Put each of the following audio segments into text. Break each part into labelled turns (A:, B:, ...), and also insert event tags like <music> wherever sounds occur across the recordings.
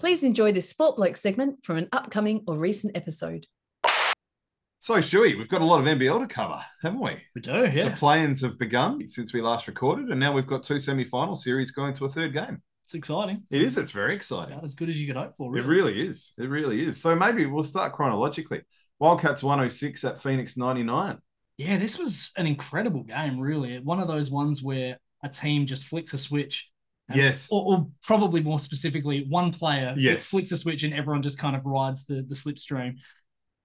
A: Please enjoy this Sport Bloke segment from an upcoming or recent episode.
B: So, Shuey, we've got a lot of NBL to cover, haven't we?
C: We do,
B: The
C: yeah.
B: play-ins have begun since we last recorded, and now we've got two semi-final series going to a third game.
C: It's exciting.
B: It is. It's very exciting.
C: About as good as you could hope for,
B: It
C: really.
B: really is. It really is. So maybe we'll start chronologically. Wildcats 106 at Phoenix 99.
C: yeah, this was an incredible game, really. One of those ones where a team just flicks a switch. and-
B: Yes.
C: Or, or probably more specifically, one player
B: Yes.
C: flicks a switch and everyone just kind of rides the, the slipstream.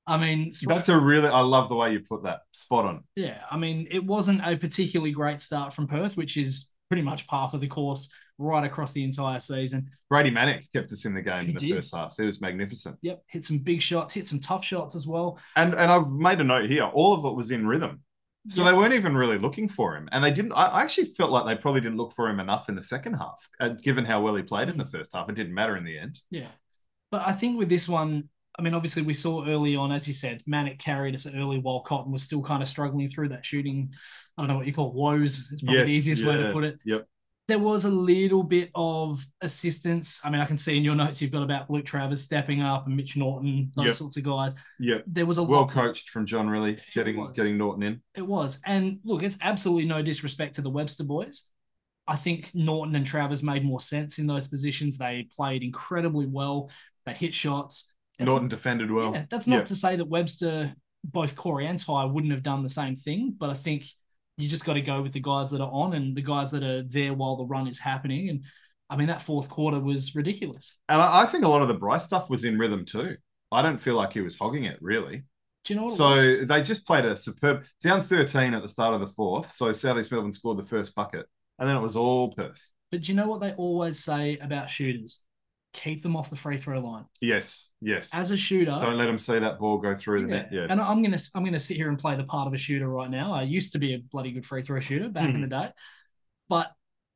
C: I mean, thro-
B: That's a really, I love the way you put that. Spot on.
C: Yeah, I mean, it wasn't a particularly great start from Perth, which is pretty much par for the course right across the entire season.
B: Brady Manick kept us in the game
C: He
B: in the
C: did.
B: first half. It was magnificent.
C: Yep, hit some big shots, hit some tough shots as well.
B: And and I've made a note here. All of it was in rhythm. So
C: Yeah.
B: they weren't even really looking for him. And they didn't, I I actually felt like they probably didn't look for him enough in the second half, uh, given how well he played in the first half. It didn't matter in the end.
C: Yeah. But I think with this one, I mean, obviously we saw early on, as you said, Manic carried us early while Cotton was still kind of struggling through that shooting. I don't know what you call woes. It's probably the
B: Yes,
C: easiest way
B: yeah,
C: to put it.
B: yep.
C: There was a little bit of assistance. I mean, I can see in your notes you've got about Luke Travers stepping up and Mitch Norton, those
B: Yep.
C: sorts of guys.
B: Yep.
C: There was a lot
B: Well coached from John Riley, getting
C: was.
B: getting Norton in.
C: It was. And look, it's absolutely no disrespect to the Webster boys. I think Norton and Travers made more sense in those positions. They played incredibly well. They hit shots. That's-
B: Norton defended well.
C: yeah, that's not
B: yeah.
C: to say that Webster, both Corey and Ty, wouldn't have done the same thing, but I think you just got to go with the guys that are on and the guys that are there while the run is happening. And I mean, that fourth quarter was ridiculous.
B: And I, I think a lot of the Bryce stuff was in rhythm too. I don't feel like he was hogging it really.
C: Do you know what? it
B: So
C: was?
B: they just played a superb down 13 at the start of the fourth. So Southeast Melbourne scored the first bucket, and then it was all Perth.
C: But do you know what they always say about shooters? Keep them off the free throw line.
B: Yes, yes.
C: As a shooter,
B: don't let them see that ball go through the
C: Yeah.
B: net. Yeah,
C: And I'm gonna I'm gonna sit here and play the part of a shooter right now. I used to be a bloody good free throw shooter back in the
B: Mm-hmm.
C: day, but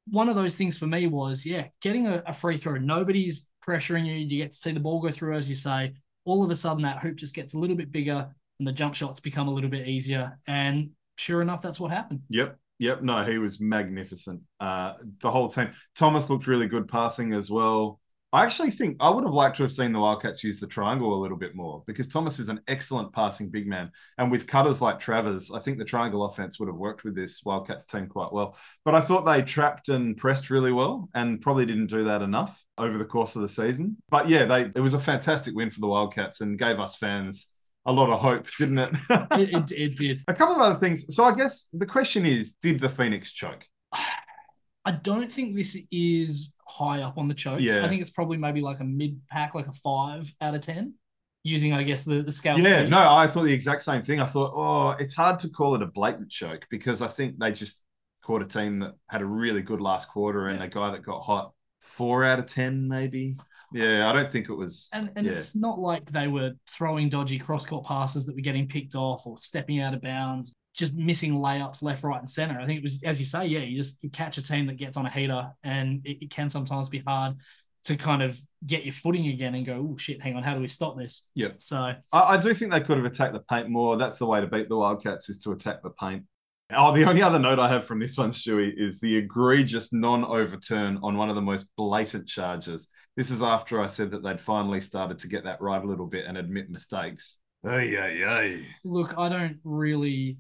C: one of those things for me was yeah, getting a, a free throw. Nobody's pressuring you. You get to see the ball go through, as you say. All of a sudden, that hoop just gets a little bit bigger, and the jump shots become a little bit easier. And sure enough, that's what happened.
B: yep, yep. No, he was magnificent. Uh, the whole team. Thomas looked really good passing as well. I actually think I would have liked to have seen the Wildcats use the triangle a little bit more because Thomas is an excellent passing big man. And with cutters like Travers, I think the triangle offense would have worked with this Wildcats team quite well. But I thought they trapped and pressed really well and probably didn't do that enough over the course of the season. But yeah, they it was a fantastic win for the Wildcats and gave us fans a lot of hope, didn't it? <laughs>
C: It, it, it did.
B: a couple of other things. So I guess the question is, did the Phoenix choke?
C: I don't think this is high up on the chokes.
B: Yeah.
C: I think it's probably maybe like a mid pack, like a five out of ten, using I guess the the scale.
B: Yeah,
C: thing.
B: no, I thought the exact same thing. I thought, oh, it's hard to call it a blatant choke because I think they just caught a team that had a really good last quarter and
C: Yeah.
B: a guy that got hot four out of 10, maybe. Yeah, I don't think it was.
C: And, and
B: Yeah.
C: it's not like they were throwing dodgy cross court passes that were getting picked off or stepping out of bounds, just missing layups left, right, and center. I think it was, as you say, yeah, you just you catch a team that gets on a heater, and it, it can sometimes be hard to kind of get your footing again and go, oh shit, hang on, how do we stop this?
B: Yep.
C: So
B: I, I do think they could have attacked the paint more. That's the way to beat the Wildcats is to attack the paint. Oh, the only other note I have from this one, Stewie, is the egregious non-overturn on one of the most blatant charges. This is after I said that they'd finally started to get that right a little bit and admit mistakes. Ay, ay, ay.
C: look, I don't really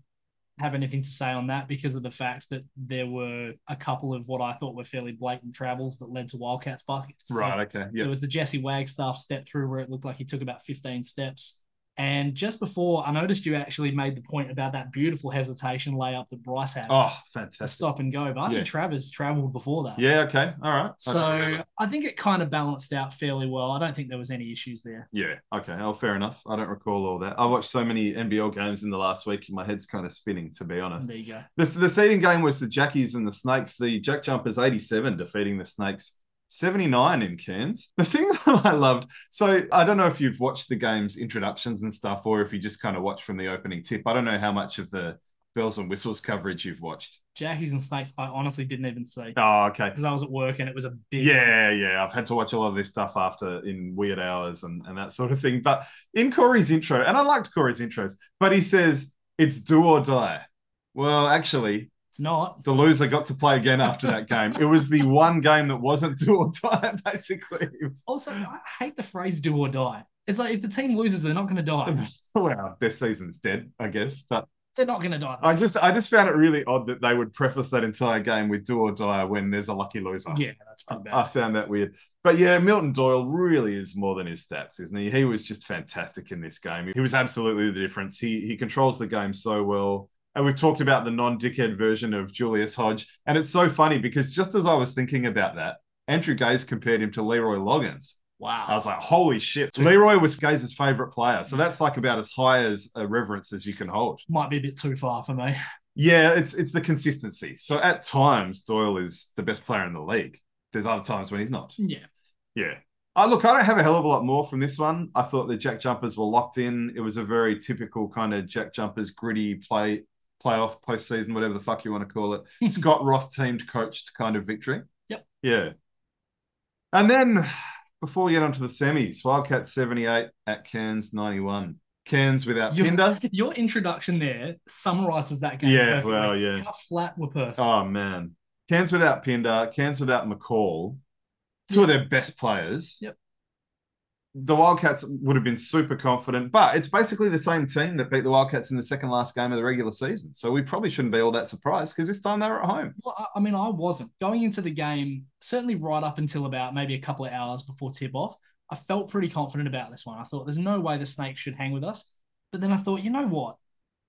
C: have anything to say on that because of the fact that there were a couple of what I thought were fairly blatant travels that led to Wildcats buckets. So- uh,
B: Right, okay. Yeah.
C: There was the Jesse Wagstaff step through where it looked like he took about 15 steps. And just before, I noticed you actually made the point about that beautiful hesitation layup that Bryce had,
B: Oh,
C: the
B: fantastic.
C: stop and go. But I
B: Yeah.
C: think Travers traveled before that.
B: Yeah, okay. All right. I don't
C: So
B: remember.
C: I think it kind of balanced out fairly well. I don't think there was any issues there.
B: yeah, okay. Oh, fair enough. I don't recall all that. I watched so many NBL games in the last week. My head's kind of spinning, to be honest.
C: There you go.
B: The, the seeding game was the Jackies and the Snakes. The Jack Jumpers 87 defeating the Snakes 79 in Cairns. The thing <laughs> that I loved, so I don't know if you've watched the game's introductions and stuff, or if you just kind of watch from the opening tip. I don't know how much of the bells and whistles coverage you've watched.
C: Jackies and Snakes, I honestly didn't even see
B: Oh, okay.
C: because I was at work and it was a big.
B: Yeah, yeah. I've had to watch a lot of this stuff after in weird hours and, and that sort of thing. But in Corey's intro, and I liked Corey's intros, but he says it's do or die. Well, actually,
C: It's not.
B: The loser got to play again after that game. It was the one game that wasn't <laughs> do or die, basically. It was-
C: Also, I hate the phrase do or die. It's like if the team loses, they're not going
B: <laughs>
C: to die.
B: Well, their season's dead, I guess. But
C: They're not going to die.
B: I just, I just found it really odd that they would preface that entire game with "do or die" when there's a lucky loser.
C: yeah, that's
B: I
C: pretty bad.
B: I found that weird. But yeah, Milton Doyle really is more than his stats, isn't he? He was just fantastic in this game. He was absolutely the difference. He he controls the game so well. And we've talked about the non-dickhead version of Julius Hodge. And it's so funny because just as I was thinking about that, Andrew Gaze compared him to Leroy Loggins.
C: wow.
B: I was like, holy shit. Leroy was Gaze's favorite player. So that's like about as high as a reverence as you can hold.
C: Might be a bit too far for me.
B: Yeah, it's it's the consistency. So at times Doyle is the best player in the league. There's other times when he's not.
C: Yeah.
B: Yeah. Uh, look, I don't have a hell of a lot more from this one. I thought the Jack Jumpers were locked in. It was a very typical kind of Jack Jumpers gritty play, playoff, postseason, whatever the fuck you want to
C: <laughs>
B: call it. Scott Roth teamed coached kind of victory.
C: Yep.
B: Yeah. And then before we get onto the semis, Wildcats 78 at Cairns 91. Cairns without
C: You-
B: Pinder.
C: Your introduction there summarizes that game.
B: Yeah,
C: perfectly.
B: well, yeah.
C: How flat were Perth?
B: Oh, man. Cairns without Pinder. Cairns without McCall. Two of their best players.
C: Yep.
B: The Wildcats would have been super confident, but it's basically the same team that beat the Wildcats in the second last game of the regular season. So we probably shouldn't be all that surprised because this time they were at home.
C: Well, I- I mean, I wasn't going into the game. Certainly, right up until about maybe a couple of hours before tip off, I felt pretty confident about this one. I thought there's no way the snakes should hang with us. But then I thought, you know what?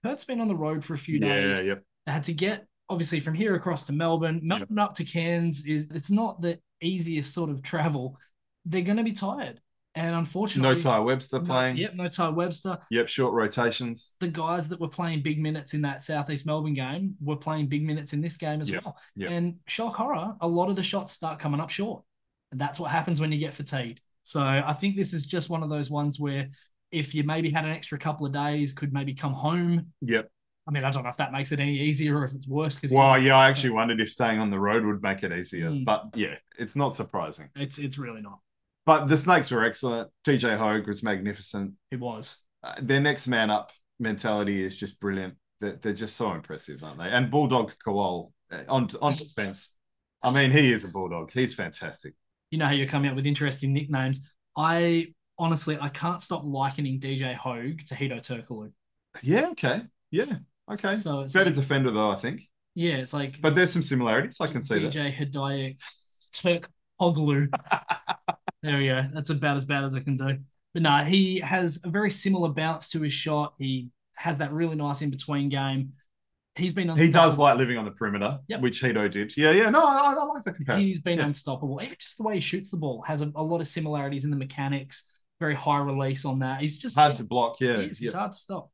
C: Perth's been on the road for a few days.
B: yep.
C: They had to get obviously from here across to Melbourne. Melbourne up to Cairns is it's not the easiest sort of travel. They're going to be tired, and unfortunately,
B: No Ty Webster
C: no-
B: playing. Yep.
C: Yep, no Ty Webster.
B: Short rotations.
C: the guys that were playing big minutes in that Southeast Melbourne game were playing big minutes in this game as
B: Yeah,
C: well.
B: yeah.
C: And shock horror, a lot of the shots start coming up short. And that's what happens when you get fatigued. So I think this is just one of those ones where if you maybe had an extra couple of days, could maybe come home.
B: Yep.
C: I mean, I don't know if that makes it any easier or if it's worse because
B: Well, yeah, I actually wondered if staying on the road would make it easier,
C: Hmm.
B: but yeah, it's not surprising.
C: it's it's really not.
B: But the Snakes were excellent. TJ Hogue was magnificent.
C: It was.
B: uh, their next man up mentality is just brilliant. They're, they're just so impressive, aren't they? And Bulldog Kowal uh, on on defense. I mean, he is a bulldog. He's fantastic.
C: you know how you're coming up with interesting nicknames. I honestly I can't stop likening DJ Hogue to Hito Turkoglu.
B: Yeah. Okay. Yeah. Okay.
C: So it's
B: Better
C: like-
B: defender though, I think.
C: yeah, it's like
B: But there's some similarities. I can see that.
C: DJ <laughs> Hidayek Turk
B: <laughs>
C: Oglu. there we go. That's about as bad as I can do. But no, he has a very similar bounce to his shot. He has that really nice in between game. He's been
B: He does
C: unstoppable.
B: like living on the perimeter,
C: Yep.
B: which Hito did. Yeah. Yeah. No, I, I like the comparison.
C: He's been
B: yeah.
C: unstoppable. Even just the way he shoots the ball has a, a lot of similarities in the mechanics. Very high release on that. He's just
B: hard to block.
C: he
B: Yeah.
C: is.
B: yeah.
C: He's hard to stop.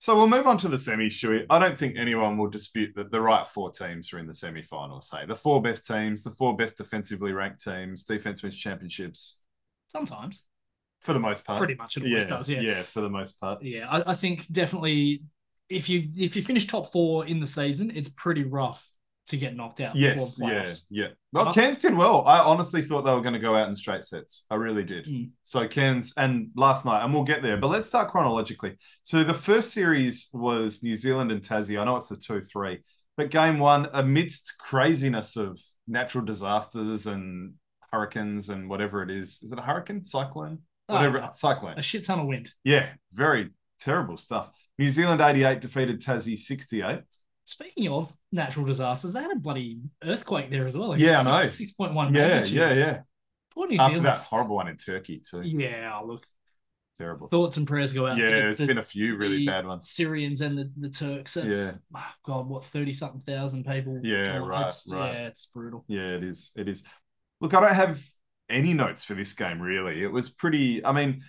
B: So we'll move on to the semis, Shuey. I don't think anyone will dispute that the right four teams are in the semi-finals. Hey, the four best teams, the four best defensively ranked teams, defense wins championships
C: Sometimes,
B: for the most part.
C: pretty much, it always does. Yeah,
B: for the most part.
C: Yeah, I, I think definitely if you if you finish top four in the season, it's pretty rough to get knocked out.
B: Yes,
C: before
B: yeah,
C: playoffs.
B: yeah. Well,
C: Uh,
B: Cairns did well. I honestly thought they were going to go out in straight sets. I really did.
C: Mm.
B: So Cairns and last night, and we'll get there, but let's start chronologically. So the first series was New Zealand and Tassie. I know it's the two three, but game one, amidst craziness of natural disasters and hurricanes and whatever it is, is it a hurricane, cyclone,
C: Oh,
B: whatever,
C: yeah.
B: cyclone?
C: a shit ton of wind.
B: Yeah, very terrible stuff. New Zealand eighty eight defeated Tassie sixty eight.
C: Speaking of natural disasters, they had a bloody earthquake there as well. like
B: Yeah, I
C: six-
B: know.
C: 6.1
B: Yeah,
C: magnitude.
B: yeah, yeah.
C: Poor New
B: After
C: Zealand.
B: that horrible one in Turkey too,
C: Yeah, look,
B: terrible.
C: thoughts and prayers go out
B: Yeah,
C: to the,
B: there's
C: the
B: been a few really
C: the-
B: bad ones.
C: Syrians and the, the Turks. It's,
B: Yeah.
C: oh, God, what, 30 something thousand people?
B: Yeah,
C: God,
B: right,
C: it's-
B: right.
C: Yeah, it's brutal.
B: Yeah, it is. It is. Look, I don't have any notes for this game, really. It was pretty. I mean,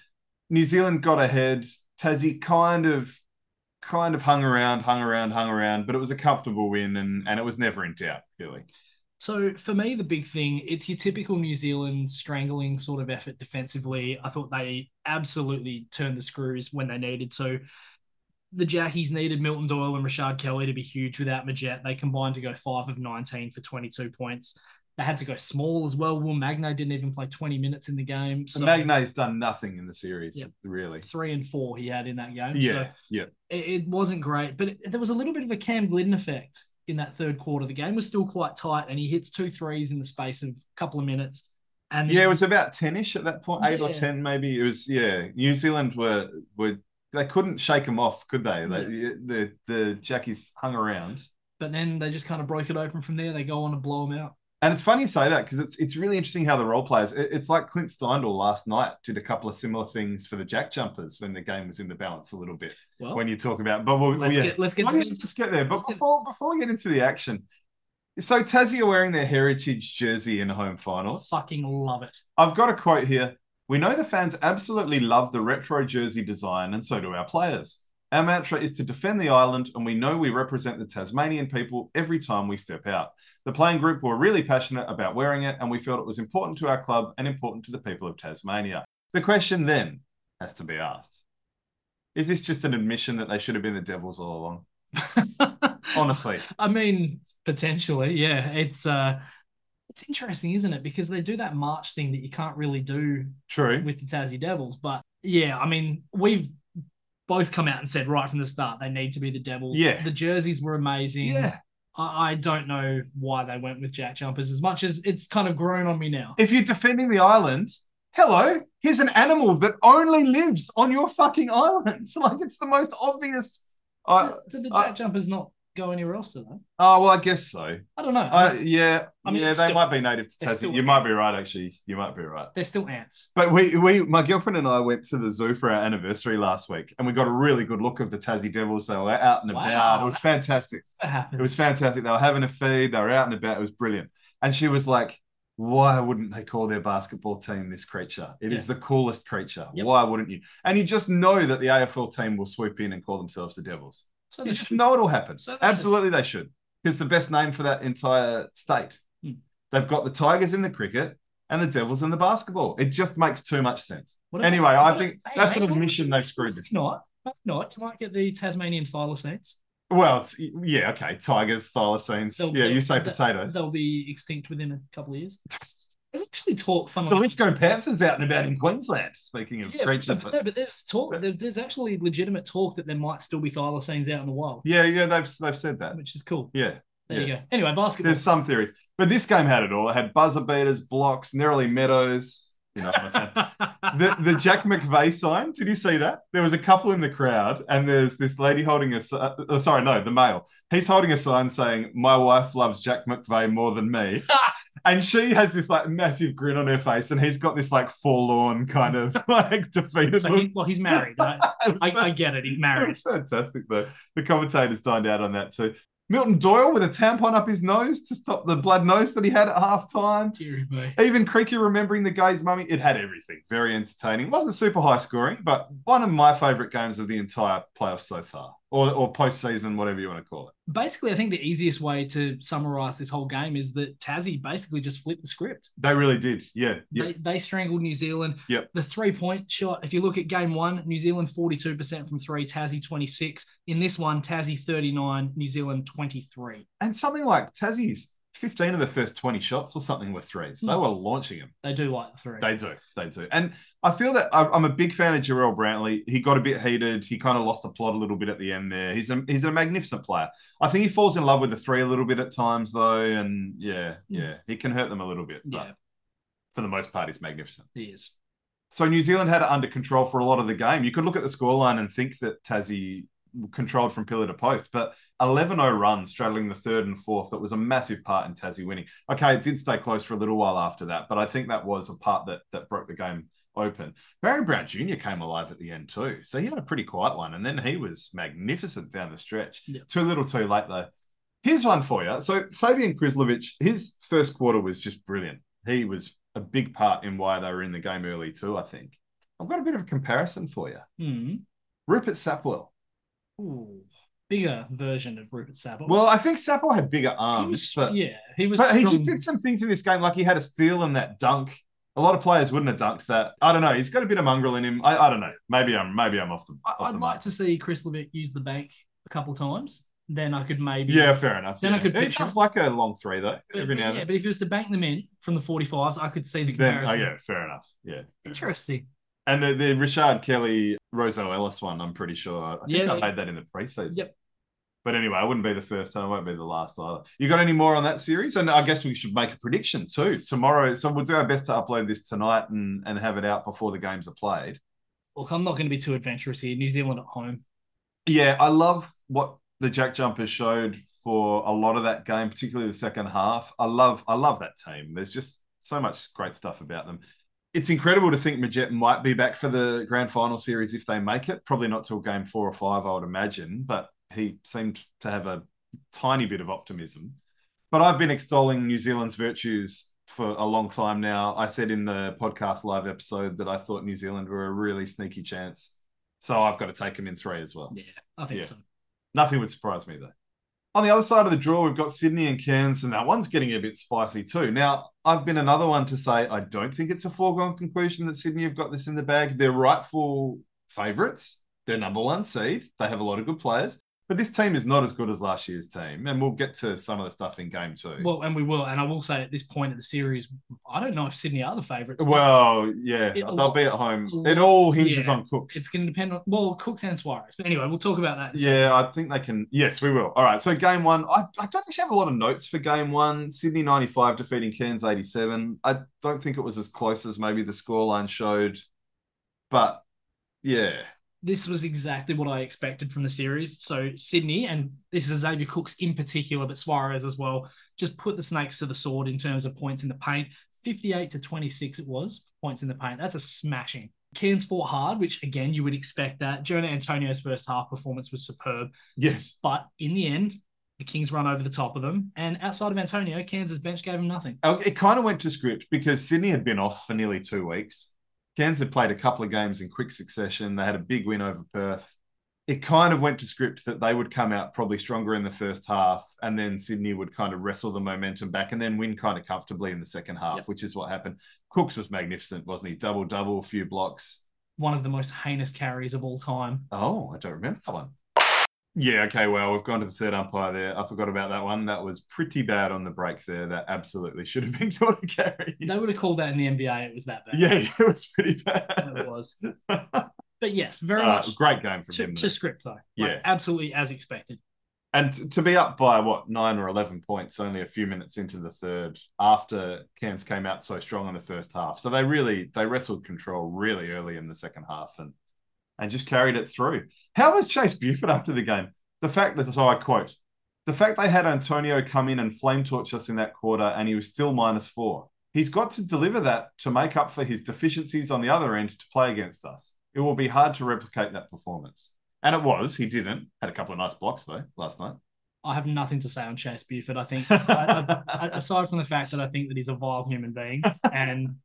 B: New Zealand got ahead. Tassie kind of, kind of hung around, hung around, hung around, but it was a comfortable win, and and it was never in doubt, really.
C: So for me, the big thing, it's your typical New Zealand strangling sort of effort defensively. I thought they absolutely turned the screws when they needed to. The Jackies needed Milton Doyle and Rashad Kelly to be huge without Majet. They combined to go five of 19 for 22 points. They had to go small as well. Will Magno didn't even play 20 minutes in the game. So
B: So Magna's done nothing in the series,
C: Yep.
B: really.
C: three and four he had in that game. So
B: Yeah, yeah.
C: it, it wasn't great, but it, there was a little bit of a Cam Glidden effect in that third quarter. The game was still quite tight, and he hits two threes in the space of a couple of minutes. And
B: Yeah, it was about 10 ish at that point, eight or
C: Yeah.
B: 10, maybe. It was, yeah. New Zealand were, were they couldn't shake him off, could they? they The, the Jackies hung around.
C: but then they just kind of broke it open from there. They go on to blow him out.
B: And it's funny you say that because it's it's really interesting how the role players. it- it's like Clint Steindl last night did a couple of similar things for the Jack Jumpers when the game was in the balance a little bit.
C: Well,
B: When you talk about, but we'll,
C: Oh. let's
B: yeah.
C: get let's get
B: Why
C: some
B: don't you just get there. But
C: Let's get-
B: before before we get into the action, so Tassie are wearing their heritage jersey in home finals.
C: fucking love
B: <laughs>
C: it.
B: I've got a quote here. We know the fans absolutely love the retro jersey design, and so do our players. Our mantra is to defend the island, and we know we represent the Tasmanian people every time we step out. The playing group were really passionate about wearing it, and we felt it was important to our club and important to the people of Tasmania. The question then has to be asked Is this just an admission that they should have been the Devils all along? Honestly.
C: I mean, potentially, yeah. It's uh it's interesting, isn't it? Because they do that march thing that you can't really do <laughs>
B: True.
C: with the Tassie Devils. But yeah, I mean, we've both come out and said right from the start they need to be the Devils.
B: Yeah.
C: The jerseys were amazing.
B: Yeah.
C: I, I don't know why they went with Jack Jumpers as much as it's kind of grown on me now.
B: If you're defending the island, hello, here's an animal that only lives on your fucking island. <laughs> Like it's the most obvious. I,
C: Did- did the
B: I-
C: Jack Jumpers not go anywhere else to that?
B: oh well, I guess so.
C: I don't know.
B: I, yeah,
C: I mean,
B: yeah, they
C: it's still-
B: might be native to
C: it's
B: Tassie.
C: still-
B: You might be right, actually. You might be right.
C: They're still ants.
B: But we, we, my girlfriend and I went to the zoo for our anniversary last week, and we got a really good look of the Tassie Devils. They were out and
C: Wow.
B: about. It was fantastic.
C: That happens.
B: It was fantastic. They were having a feed. They were out and about. It was brilliant. And she was like, "Why wouldn't they call their basketball team this creature? It is
C: Yeah.
B: the coolest creature.
C: Yep.
B: Why wouldn't you?" And you just know that the AFL team will swoop in and call themselves the Devils.
C: So
B: You
C: they
B: just know it'll happen.
C: So they should.
B: Absolutely, they should. It's the best name for that entire state.
C: Hmm.
B: They've got the Tigers in the cricket and the Devils in the basketball. It just makes too much sense.
C: What about-
B: Anyway, I
C: what-
B: think
C: hey,
B: that's an
C: hey,
B: admission they've screwed this.
C: If not, if not, you might get the Tasmanian thylacines.
B: Well, it's, yeah, okay. Tigers, thylacines.
C: They'll-
B: Yeah, you say
C: they'll-
B: potato.
C: They'll be extinct within a couple of
B: <laughs>
C: years. There's actually talk, funnily
B: The Lithgow Panthers out and about in Queensland. Speaking of
C: Yeah,
B: creatures,
C: but, no, but there's talk. there- There's actually legitimate talk that there might still be thylacines out in the wild,
B: yeah, yeah, they've they've said that.
C: which is cool.
B: Yeah,
C: There you go. Anyway, basketball.
B: there's some theories, but this game had it all. It had buzzer beaters, blocks, narrowly meadows. You know, I'm a fan. the the Jack McVeigh sign. Did you see that? There was a couple in the crowd, and there's this lady holding a. si- Uh, sorry, no, the male. He's holding a sign saying, "My wife loves Jack McVeigh more than
C: <laughs>
B: me." And she has this like massive grin on her face, and he's got this like forlorn kind of <laughs> like defeated
C: <laughs> so
B: look.
C: he, well, he's married. I,
B: <laughs> It was
C: I, I get it. He's
B: It <laughs>
C: married.
B: was fantastic though. The commentators dined out on that too. Milton Doyle with a tampon up his nose to stop the blood nose that he had at halftime.
C: Deary me.
B: Even Creaky remembering the gay's mummy. It had everything. Very entertaining. Wasn't super high scoring, but one of my favourite games of the entire playoffs so far, or or postseason, whatever you want to call it.
C: Basically, I think the easiest way to summarize this whole game is that Tassie basically just flipped the script.
B: They really did. Yeah, yeah.
C: They, they strangled New Zealand.
B: Yep.
C: The three point shot, if you look at game one, New Zealand 42% from three, Tassie 26. In this one, Tassie 39, New Zealand 23.
B: And something like Tassie's. 15 of the first 20 shots or something were threes. They
C: Hmm.
B: were launching them.
C: They do like the three.
B: They do. They do. And I feel that I- I'm a big fan of Jarrell Brantley. He got a bit heated. He kind of lost the plot a little bit at the end there. He's a, he's a magnificent player. I think he falls in love with the three a little bit at times, though. And yeah, yeah, he can hurt them a little bit. But
C: yeah,
B: for the most part, he's magnificent.
C: he is.
B: So New Zealand had it under control for a lot of the game. You could look at the scoreline and think that Tassie controlled from pillar to post, but 11 0 runs straddling the third and fourth, that was a massive part in Tassie winning. Okay, it did stay close for a little while after that, but I think that was a part that, that broke the game open. Barry Brown Jr. came alive at the end too. So he had a pretty quiet one, and then he was magnificent down the stretch.
C: Yeah.
B: Too little too late, though. Here's one for you. So Fabian Krizlovic, his first quarter was just brilliant. He was a big part in why they were in the game early too. I think I've got a bit of a comparison for you.
C: Hmm.
B: Rupert Sapwell.
C: Ooh. Bigger version of Rupert Sabat.
B: Well, I think Sapwell had bigger
C: he was,
B: arms, but,
C: yeah, he was.
B: but he
C: strong.
B: just did some things in this game, like he had a steal and that dunk. A lot of players wouldn't have dunked that. I don't know. He's got a bit of mongrel in him. I, I don't know. Maybe I'm maybe I'm off the.
C: I,
B: off
C: I'd
B: the
C: like
B: mark.
C: to see Chris Levick use the bank a couple times. Then I could maybe.
B: Yeah, fair enough.
C: Then I
B: yeah.
C: could
B: He
C: picture-
B: does like a long three though.
C: But,
B: every now
C: yeah,
B: and then.
C: but if he was to bank them in from the 45s, I could see the
B: Then,
C: comparison.
B: oh yeah, fair enough. Yeah. fair enough.
C: Interesting.
B: And the, the Richard Kelly Roseau Ellis one, I'm pretty sure. I think
C: Yeah,
B: I
C: they-
B: made that in the preseason.
C: Yep.
B: But anyway, I wouldn't be the first, and I won't be the last either. You got any more on that series? And I guess we should make a prediction too tomorrow. So we'll do our best to upload this tonight and and have it out before the games are played.
C: Look, I'm not going to be too adventurous here. New Zealand at home.
B: Yeah, I love what the Jack Jumpers showed for a lot of that game, particularly the second half. I love I love that team. There's just so much great stuff about them. It's incredible to think Majet might be back for the grand final series if they make it. Probably not till game four or five, I would imagine, but he seemed to have a tiny bit of optimism. But I've been extolling New Zealand's virtues for a long time now. I said in the podcast live episode that I thought New Zealand were a really sneaky chance. So I've got to take them in three as well.
C: Yeah, I think
B: Yeah.
C: so.
B: Nothing would surprise me though. On the other side of the draw, we've got Sydney and Cairns, and that one's getting a bit spicy too. Now, I've been another one to say I don't think it's a foregone conclusion that Sydney have got this in the bag. They're rightful favourites. They're number one seed. They have a lot of good players, but this team is not as good as last year's team. And we'll get to some of the stuff in game two. Well,
C: Well, and we will. And I will say at this point of the series, I don't know if Sydney are the favourites.
B: yeah,
C: It-
B: they'll be at home.
C: a
B: It
C: lot-
B: all hinges
C: yeah,
B: on Cooks.
C: it's going to depend on, well, Cooks and Suarez. But anyway, we'll talk about that. in a second.
B: Yeah, I think they can. Yes, we will. All right. So game one, I, I don't actually have a lot of notes for game one. Sydney 95 defeating Cairns 87. I don't think it was as close as maybe the scoreline showed. But yeah,
C: This was exactly what I expected from the series. So Sydney, and this is Xavier Cooks in particular, but Suarez as well, just put the snakes to the sword in terms of points in the paint. 58 to 26 it was, points in the paint. That's a smashing. Cairns fought hard, which again, you would expect that. Jonah Antonio's first half performance was superb.
B: yes.
C: But in the end, the Kings run over the top of them. And outside of Antonio, Kansas bench gave him nothing.
B: Uh, It kind of went to script because Sydney had been off for nearly two weeks. Cairns had played a couple of games in quick succession. They had a big win over Perth. It kind of went to script that they would come out probably stronger in the first half, and then Sydney would kind of wrestle the momentum back and then win kind of comfortably in the second half,
C: Yep.
B: which is what happened. Cooks was magnificent, wasn't he? Double double, few blocks.
C: One of the most heinous carries of all time.
B: Oh, I don't remember that one. Yeah, okay, well, we've gone to the third umpire there. I forgot about that one. That was pretty bad on the break there. That absolutely should have been <laughs> called a carry.
C: They would have called that in the NBA. It was that bad.
B: Yeah,
C: <laughs>
B: it was pretty
C: It
B: bad.
C: was. But yes, very
B: Uh,
C: much
B: great game from
C: to,
B: him.
C: to
B: though.
C: script, though. Like,
B: Yeah.
C: Absolutely as expected.
B: And t- to be up by what nine or eleven points only a few minutes into the third, after Cairns came out so strong in the first half, so they really they wrestled control really early in the second half and and just carried it through. How was Chase Buford after the game? The fact that so I quote, the fact they had Antonio come in and flame torch us in that quarter, and he was still minus four. He's got to deliver that to make up for his deficiencies on the other end to play against us. It will be hard to replicate that performance. And it was. He didn't. Had a couple of nice blocks though last night.
C: I have nothing to say on Chase Buford.
B: <laughs>
C: I think, I, I, aside from the fact that I think that he's a vile human being, and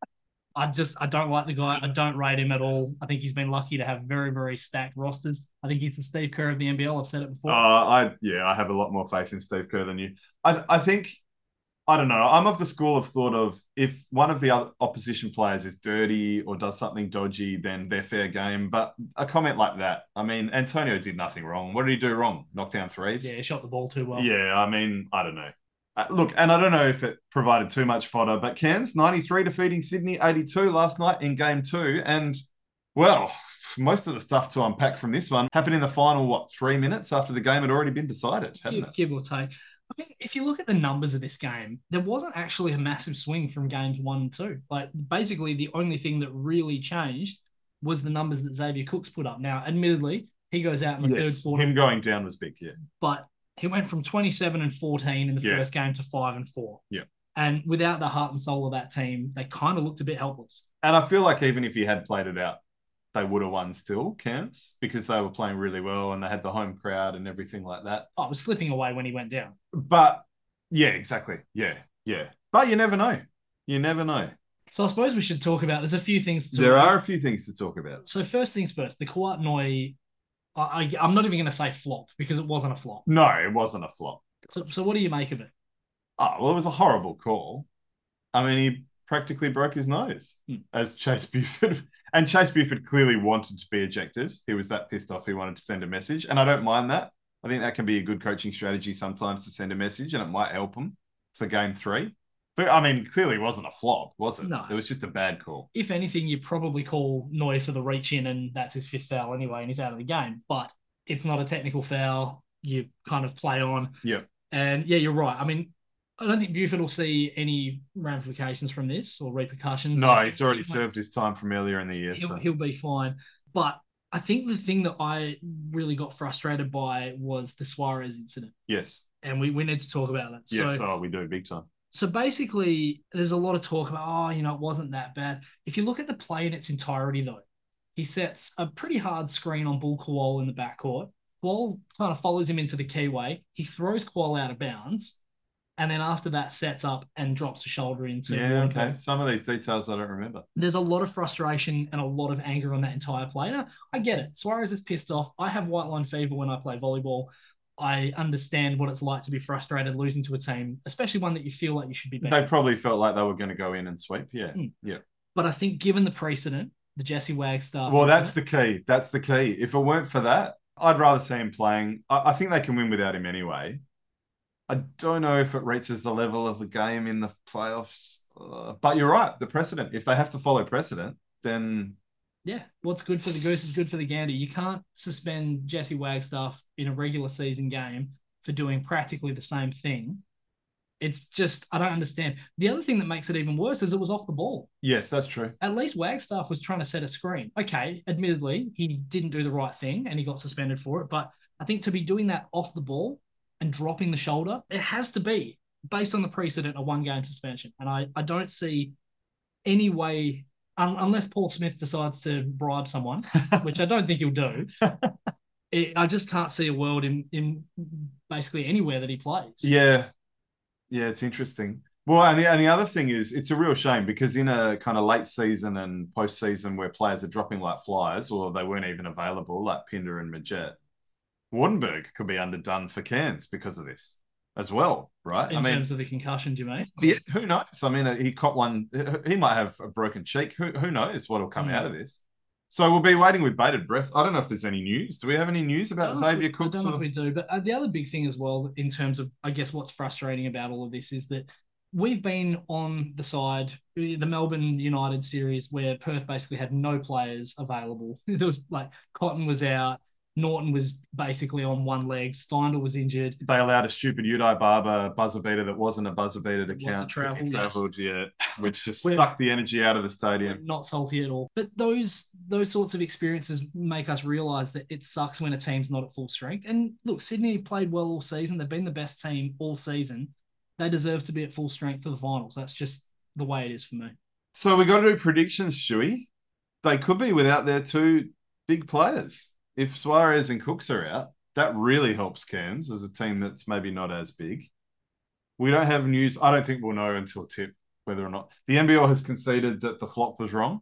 C: I just I don't like the guy. I don't rate him at all. I think he's been lucky to have very very stacked rosters. I think he's the Steve Kerr of the NBL. I've said it
B: Uh,
C: before.
B: I yeah, I have a lot more faith in Steve Kerr than you. I I think I don't know. I'm of the school of thought of if one of the other opposition players is dirty or does something dodgy, then they're fair game. But a comment like that, I mean, Antonio did nothing wrong. What did he do wrong? Knock down threes.
C: yeah, he shot the ball too well.
B: Yeah, I mean, I don't know. Uh, look, and I don't know if it provided too much fodder, but Cairns 93 defeating Sydney 82 last night in game two. And well, most of the stuff to unpack from this one happened in the final, what, three minutes after the game had already been decided, hadn't
C: give,
B: it?
C: give or take. I mean, if you look at the numbers of this game, there wasn't actually a massive swing from games one and two. Like, basically, the only thing that really changed was the numbers that Xavier Cooks put up. Now, admittedly, he goes out in the
B: Yes,
C: third quarter,
B: him going down was big, yeah.
C: but he went from 27 and 14 in the
B: Yeah.
C: first game to five and four.
B: Yeah.
C: And without the heart and soul of that team, they kind of looked a bit helpless.
B: And I feel like even if he had played it out, they would have won still, Cairns, because they were playing really well and they had the home crowd and everything like that.
C: Oh, it was slipping away when he went down.
B: But yeah, exactly. Yeah, yeah. But you never know. You never know.
C: So I suppose we should talk about. There's a few things. To
B: There are a few things to talk about.
C: So first things first, the Kuat Noi, I, I, I'm not even going to say flop because it wasn't a flop.
B: No, it wasn't a flop.
C: So, so what do you make of it?
B: Oh, well, it was a horrible call. I mean, he practically broke his nose
C: Hmm.
B: as Chase Buford. <laughs> And Chase Buford clearly wanted to be ejected. He was that pissed off. He wanted to send a message. And I don't mind that. I think that can be a good coaching strategy sometimes to send a message and it might help him for game three. But I mean, clearly it wasn't a flop, was it?
C: No.
B: It was just a bad call.
C: If anything, you probably call Noi for the reach in, and that's his fifth foul anyway, and he's out of the game. But it's not a technical foul. you kind of play on.
B: Yeah.
C: And yeah, you're right. I mean, I don't think Buford will see any ramifications from this or repercussions.
B: No, he's already
C: served.
B: served his time from earlier in the year.
C: he'll,
B: So.
C: he'll be fine. But I think the thing that I really got frustrated by was the Suarez incident.
B: Yes.
C: And we, we need to talk about that.
B: Yes.
C: So,
B: oh, we do big time.
C: so basically, there's a lot of talk about, oh, you know, it wasn't that bad. If you look at the play in its entirety, though, he sets a pretty hard screen on Bull Kowal in the backcourt. Kowal kind of follows him into the keyway. He throws Kowal out of bounds. And then after that, sets up and drops a shoulder into
B: Yeah.
C: Warnke
B: Okay. Some of these details I don't remember.
C: there's a lot of frustration and a lot of anger on that entire play. And I, I get it. Suarez is pissed off. I have white line fever when I play volleyball. I understand what it's like to be frustrated losing to a team, especially one that you feel like you should be better.
B: They probably felt like they were going to go in and sweep. Yeah.
C: Mm. but I think given the precedent, the Jesse Wag stuff.
B: Well, that's the key. That's the key. If it weren't for that, I'd rather see him playing. I, I think they can win without him anyway. I don't know if it reaches the level of a game in the playoffs, uh, but you're right. The precedent. If they have to follow precedent, then
C: yeah. What's good for the goose is good for the gander. You can't suspend Jesse Wag stuff in a regular season game for doing practically the same thing. It's just I don't understand. The other thing that makes it even worse is it was off the ball.
B: yes, that's true.
C: at least Wagstaff was trying to set a screen. Okay, admittedly, he didn't do the right thing and he got suspended for it. But I think to be doing that off the ball and dropping the shoulder, it has to be based on the precedent a one game suspension. And I, I don't see any way, un- unless Paul Smith decides to
B: <laughs>
C: bribe someone, which I don't think he'll do. It, I just can't see a world in, in basically anywhere that he plays.
B: Yeah. Yeah, it's interesting. Well, and the, and the other thing is, it's a real shame because in a kind of late season and postseason where players are dropping like flies or they weren't even available, like Pinder and Majet, Wardenberg could be underdone for Cairns because of this as well, right?
C: in
B: I mean,
C: terms of the concussion, do you mean?
B: yeah, who knows? I mean, uh, he caught one, uh, he might have a broken cheek. Who, who knows what'll come
C: Hmm.
B: out of this? So we'll be waiting with bated breath. I don't know if there's any news. Do we have any news about
C: don't know if we-
B: Xavier Cooks?
C: I don't know
B: or-
C: if we do, but uh, the other big thing as well, in terms of, I guess, what's frustrating about all of this is that we've been on the side, the Melbourne United series, where Perth basically had no players available. <laughs> There was like Cotton was out, Norton was basically on one leg, Steindl was injured.
B: they allowed a stupid Udai Barber buzzer beater that wasn't a buzzer beater to
C: It
B: count.
C: wasn't
B: because he
C: travel, yes.
B: travelled yet, which
C: <laughs>
B: just
C: We're-
B: sucked the energy out of the stadium.
C: Not salty at all. But those those sorts of experiences make us realize that it sucks when a team's not at full strength. And look, Sydney played well all season. They've been the best team all season. They deserve to be at full strength for the finals. That's just the way it is for me.
B: So we got to do predictions, Shuey. They could be without their two big players. If Suarez and Cooks are out, that really helps Cairns as a team that's maybe not as big. We don't have news. I don't think we'll know until tip whether or not the NBL has conceded that the flop was wrong.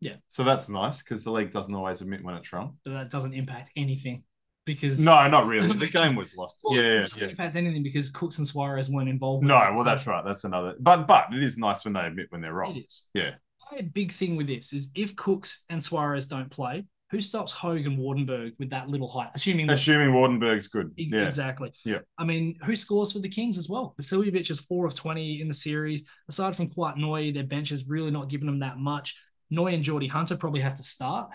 C: Yeah.
B: So that's nice because the league doesn't always admit when it's wrong.
C: But that doesn't impact anything because
B: No, not really. The game was lost.
C: Well,
B: yeah,
C: it
B: yeah,
C: doesn't
B: yeah.
C: impact anything because Cooks and Suarez weren't involved. with
B: No,
C: it.
B: well,
C: So
B: that's right. That's another. But but it is nice when they admit when they're wrong.
C: It is.
B: Yeah.
C: My big thing with this is if Cooks and Suarez don't play, who stops Hogue and Wardenberg with that little height? Assuming that
B: Assuming Wardenberg's good.
C: E-
B: Yeah.
C: Exactly.
B: Yeah.
C: I mean, who scores for the Kings as well? Vasiljevic is four of 20 in the series. Aside from Quite Noy, their bench is really not giving them that much. Noy and Geordie Hunter probably have to start.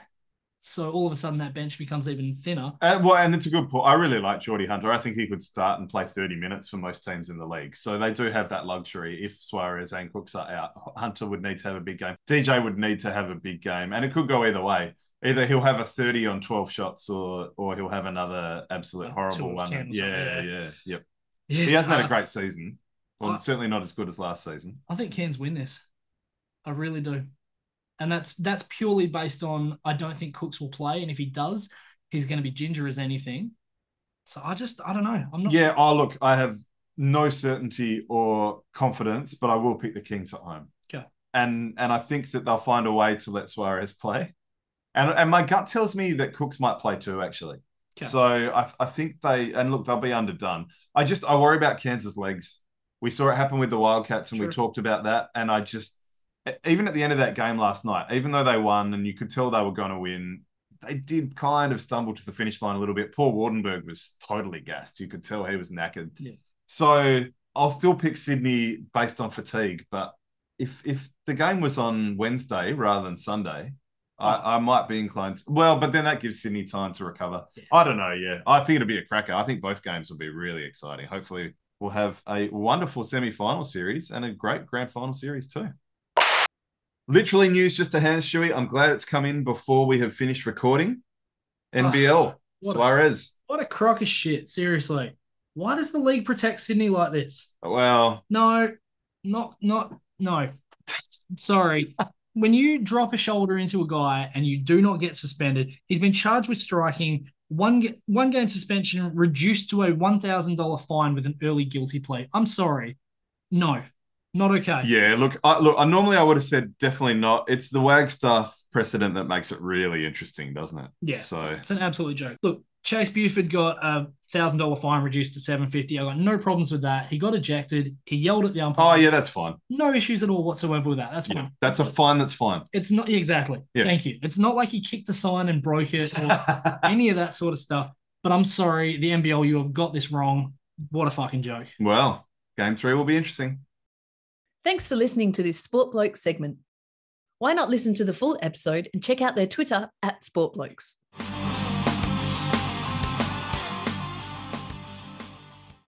C: So all of a sudden that bench becomes even thinner.
B: Uh, well, and it's a good point. I really like Geordie Hunter. I think he could start and play 30 minutes for most teams in the league. So they do have that luxury if Suarez and Cooks are out. Hunter would need to have a big game. DJ would need to have a big game. And it could go either way. Either he'll have a 30 on 12 shots or or he'll have another absolute
C: Like two
B: horrible
C: of
B: one.
C: 10 or something,
B: Yeah, yeah,
C: yeah.
B: Yep.
C: Yeah,
B: He
C: it's
B: hasn't had a
C: hard.
B: great season. Well,
C: I-
B: certainly not as good as last season.
C: I think Cairns win this. I really do. And that's that's purely based on I don't think Cooks will play. And if he does, he's going to be ginger as anything. So I just I don't know. I'm not
B: Yeah. Oh, look, I have no certainty or confidence, but I will pick the Kings at home.
C: Okay.
B: And and I think that they'll find a way to let Suarez play. And and my gut tells me that Cooks might play too, actually.
C: Okay.
B: So I I think they and look, they'll be underdone. I just I worry about Kansas legs. We saw it happen with the Wildcats and
C: Sure.
B: we talked about that. And I just e, even at the end of that game last night, even though they won and you could tell they were going to win, they did kind of stumble to the finish line a little bit. Paul Wardenberg was totally gassed. You could tell he was knackered.
C: Yeah.
B: So I'll still pick Sydney based on fatigue, but if if the game was on Wednesday rather than Sunday,
C: Oh.
B: I, I might be inclined. to- well, but then that gives Sydney time to recover.
C: Yeah.
B: I don't know. Yeah, I think it'll be a cracker. I think both games will be really exciting. Hopefully, we'll have a wonderful semi-final series and a great grand final series too. Literally news just to hand, Shuey. I'm glad it's come in before we have finished recording. NBL
C: Ah, what a-
B: Suarez.
C: What a crock of shit. Seriously. Why does the league protect Sydney like this?
B: Well,
C: No, not not no. Sorry. When you drop a shoulder into a guy and you do not get suspended, he's been charged with striking, one ga- one game suspension reduced to a one thousand dollar fine with an early guilty plea. I'm sorry. No, not okay.
B: yeah. Look, I, look. I, normally, I would have said definitely not. It's the Wagstaff precedent that makes it really interesting, doesn't it?
C: Yeah.
B: So
C: It's an absolute joke. Look, Chase Buford got a thousand dollar fine reduced to seven fifty. I got no problems with that. He got ejected. He yelled at the umpire.
B: Oh yeah, that's fine.
C: No issues at all whatsoever with that. That's
B: Yeah,
C: fine.
B: that's a fine. That's fine.
C: It's not yeah, exactly.
B: Yeah.
C: Thank you. It's not like he kicked a sign and broke it or
B: <laughs>
C: any of that sort of stuff. But I'm sorry, the NBL, you have got this wrong. What a fucking joke.
B: well, game three will be interesting.
A: Thanks for listening to this Sport Bloke segment. Why not listen to the full episode and check out their Twitter at Sport Blokes?